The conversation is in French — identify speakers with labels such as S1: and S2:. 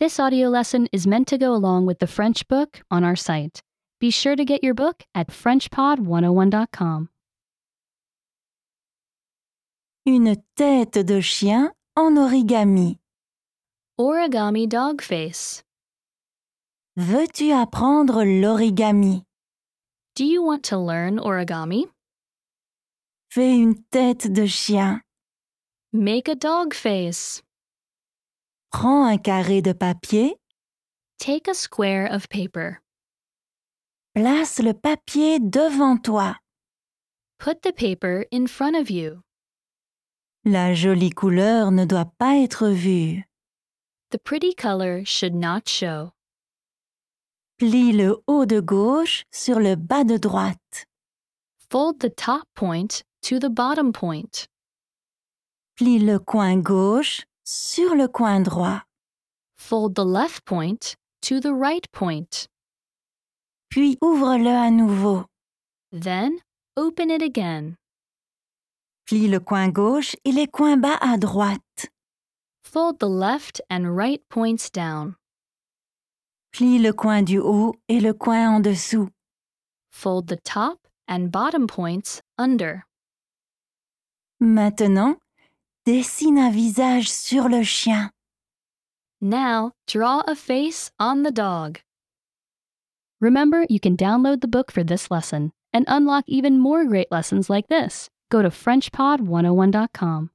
S1: This audio lesson is meant to go along with the French book on our site. Be sure to get your book at FrenchPod101.com.
S2: Une tête de chien en origami.
S1: Origami Dog Face.
S2: Veux-tu apprendre l'origami
S1: Do you want to learn origami?
S2: Fais une tête de chien.
S1: Make a dog face.
S2: Prends un carré de papier,
S1: Take a square of paper.
S2: place le papier devant toi.
S1: Put the paper in front of you.
S2: La jolie couleur ne doit pas être vue.
S1: The pretty color should not show.
S2: Plie le haut de gauche sur le bas de droite.
S1: Fold the top point to the bottom point.
S2: Plie le coin gauche sur le coin droit.
S1: Fold the left point to the right point.
S2: Puis ouvre-le à nouveau.
S1: Then open it again.
S2: Plie le coin gauche et les coins bas à droite.
S1: Fold the left and right points down.
S2: Plie le coin du haut et le coin en dessous.
S1: Fold the top and bottom points under.
S2: Maintenant, dessine un visage sur le chien.
S1: Now, draw a face on the dog. Remember, you can download the book for this oh lesson and unlock even more great lessons like this. Go to FrenchPod101.com.